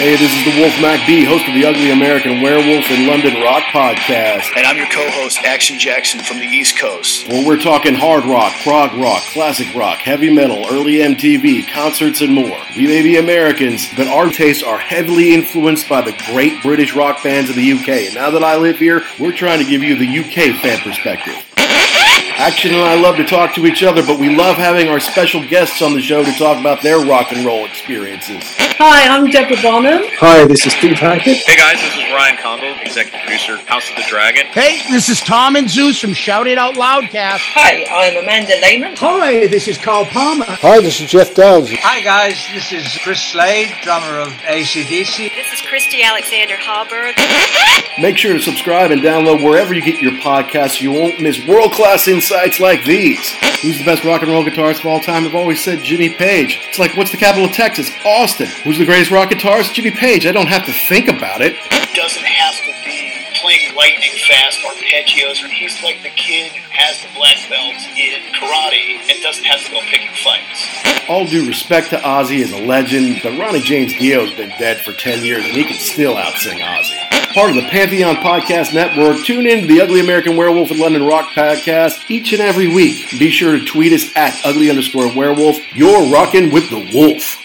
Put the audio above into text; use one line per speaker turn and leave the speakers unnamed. Hey, this is the Wolf Mac B, host of the Ugly American Werewolf in London Rock podcast.
And I'm your co host, Action Jackson from the East Coast.
Where we're talking hard rock, prog rock, classic rock, heavy metal, early MTV, concerts, and more. We may be Americans, but our tastes are heavily influenced by the great British rock bands of the UK. And now that I live here, we're trying to give you the UK fan perspective. Action and I love to talk to each other, but we love having our special guests on the show to talk about their rock and roll experiences.
Hi, I'm Deborah Bonham.
Hi, this is Steve Hackett.
Hey guys, this is Ryan Condal, executive producer, House of the Dragon.
Hey, this is Tom and Zeus from Shout It Out Loudcast.
Hi, I'm Amanda Lehman.
Hi, this is Carl Palmer.
Hi, this is Jeff Downs.
Hi guys, this is Chris Slade, drummer of ACDC.
This is Christy Alexander Harburg.
Make sure to subscribe and download wherever you get your podcasts. So you won't miss world class insights like these. Who's the best rock and roll guitarist of all time? I've always said Jimmy Page. It's like, what's the capital of Texas? Austin. Who's the greatest rock guitarist? Jimmy Page. I don't have to think about it.
It doesn't have to be playing lightning fast arpeggios. He's like the kid who has the black belt in karate and doesn't have to go picking fights.
All due respect to Ozzy as a legend, but Ronnie James Dio's been dead for 10 years and he can still outsing Ozzy part of the Pantheon Podcast Network. Tune in to the Ugly American Werewolf in London Rock podcast each and every week. Be sure to tweet us at ugly underscore werewolf. You're rocking with the wolf.